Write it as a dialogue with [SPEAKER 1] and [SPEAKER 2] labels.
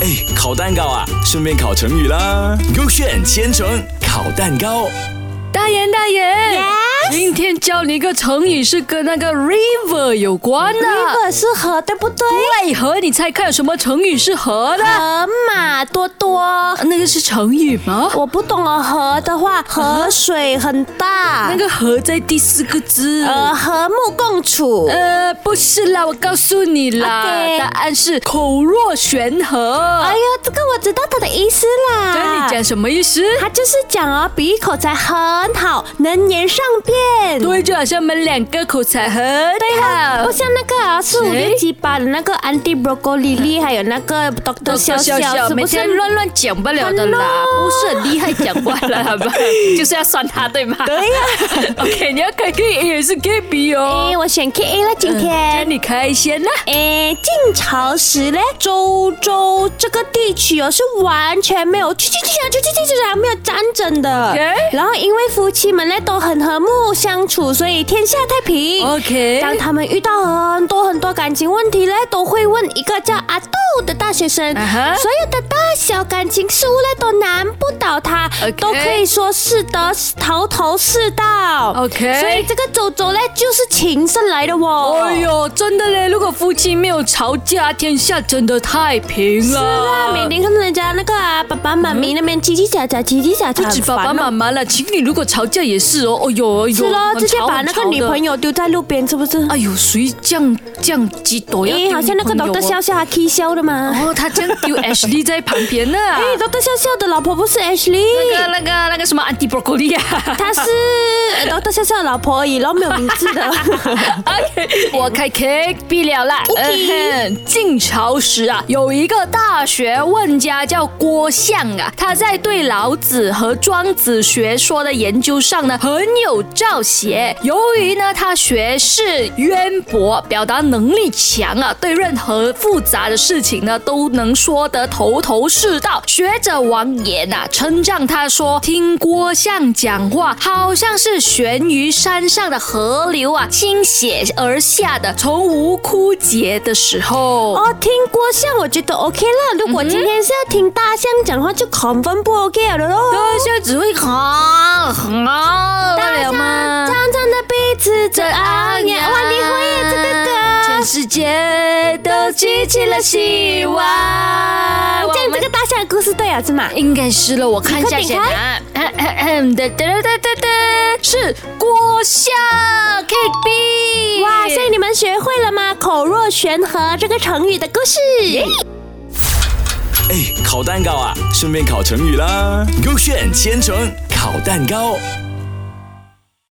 [SPEAKER 1] 哎，烤蛋糕啊，顺便烤成语啦。勾选千层烤蛋糕，
[SPEAKER 2] 大眼大眼
[SPEAKER 3] Yes？
[SPEAKER 2] 今天教你一个成语是跟那个 river 有关的。
[SPEAKER 3] river 是河，对不对？
[SPEAKER 2] 为何你猜看有什么成语是河的？
[SPEAKER 3] 河马多多，
[SPEAKER 2] 啊那个是成语吗？
[SPEAKER 3] 我不懂哦。河的话，河水很大，
[SPEAKER 2] 那个河在第四个字。
[SPEAKER 3] 呃和睦共处。
[SPEAKER 2] 呃，不是啦，我告诉你啦
[SPEAKER 3] OK
[SPEAKER 2] 答案是口若悬河。
[SPEAKER 3] 哎呦，这个我知道它的意思
[SPEAKER 2] 所以
[SPEAKER 3] 啦。
[SPEAKER 2] 你讲什么意思？
[SPEAKER 3] 他就是讲哦，比口才很好，能言善辩。
[SPEAKER 2] 对，啊就好像我们两个口才很好
[SPEAKER 3] 不。哎像那个啊，四五
[SPEAKER 2] 谁
[SPEAKER 3] 六七八的那个 Anti Broccoli，Lee，还有那个 Doctor 小小，是
[SPEAKER 2] 每
[SPEAKER 3] 不是
[SPEAKER 2] 天乱乱讲不了的啦，不是很厉害讲不了 好吧？就是要酸他对吗？对呀。OK，你要 开 K 也是 K B
[SPEAKER 3] 诶，
[SPEAKER 2] 哦。
[SPEAKER 3] 哎我选 K A 了，今
[SPEAKER 2] 那
[SPEAKER 3] 天。
[SPEAKER 2] 你开先啦。
[SPEAKER 3] 诶，晋朝时嘞，周周这个地区哦是完全没有去去去去去去去没有战争的
[SPEAKER 2] OK。
[SPEAKER 3] 然后因为夫妻们嘞都很和睦相处，所以天下太平。
[SPEAKER 2] OK。
[SPEAKER 3] 当他们遇到很多很多感情问题嘞，都会问一个叫阿豆的大学生
[SPEAKER 2] 啊哈
[SPEAKER 3] 所有的大小感情事物嘞都难不倒他
[SPEAKER 2] OK
[SPEAKER 3] 都可以说是得头头是道。
[SPEAKER 2] OK
[SPEAKER 3] 所以这个周周嘞就是情圣来的哦。
[SPEAKER 2] 哎呦，真的嘞！如果夫妻没有吵架，天下真的太平了。
[SPEAKER 3] 是啦，每天看到人家那个啊，爸爸妈咪那边叽叽喳喳，叽叽喳喳，
[SPEAKER 2] 不止爸爸妈
[SPEAKER 3] 妈。
[SPEAKER 2] 妈了，情侣如果吵架也是哦。哎呦哎呦，
[SPEAKER 3] 是咯，
[SPEAKER 2] 很
[SPEAKER 3] 直接
[SPEAKER 2] 吵
[SPEAKER 3] 把那个女朋。
[SPEAKER 2] 很吵
[SPEAKER 3] 友丢在路边，是不是
[SPEAKER 2] 的？哎呦，谁这样这样激动？要
[SPEAKER 3] 诶，哎好像那个
[SPEAKER 2] 哎丢女朋友
[SPEAKER 3] Doctor
[SPEAKER 2] 哦
[SPEAKER 3] 笑笑还 K 笑的嘛。
[SPEAKER 2] 哦，他这样丢 Ashley 在旁边啊呢。
[SPEAKER 3] 诶，Doctor 笑笑的老婆不是 Ashley，
[SPEAKER 2] 那个那个那个什么 Anti Broccoli 啊
[SPEAKER 3] 她是呃 Doctor 笑笑的老婆而已，然后没有名字的。
[SPEAKER 2] ，OK，我开 K B 了啦。
[SPEAKER 3] OK
[SPEAKER 2] 嗯哼晋朝时啊，有一个大学问家叫郭象啊，他在对老子和庄子学说的研究上呢，很有造诣。由于呢，他学识渊博，表达能力强啊，对任何复杂的事情呢，都能说得头头是道。学者王岩啊，称赞他说，听郭象讲话，好像是悬于山上的河流啊，倾泻而下的，从无枯竭的时候。
[SPEAKER 3] 哦，听郭象我觉得 OK 了。如果今天是要听大象讲话，就 confirm 不 OK 了喽。
[SPEAKER 2] 大象只会哈哈
[SPEAKER 3] 大
[SPEAKER 2] 得了
[SPEAKER 3] 象
[SPEAKER 2] 吗？
[SPEAKER 3] 长长的鼻子真昂扬，哇，你会耶这个歌。
[SPEAKER 2] 全世界都举起了希望。
[SPEAKER 3] 这样这个大象的故事对啊，是吗？
[SPEAKER 2] 应该是了，我看一下先啊。哒哒哒哒哒，是郭象 K B。
[SPEAKER 3] 哇，所以你们学会了吗？口若悬河这个成语的故事。
[SPEAKER 1] 哎，烤蛋糕啊，顺便烤成语啦。勾选千层烤蛋糕。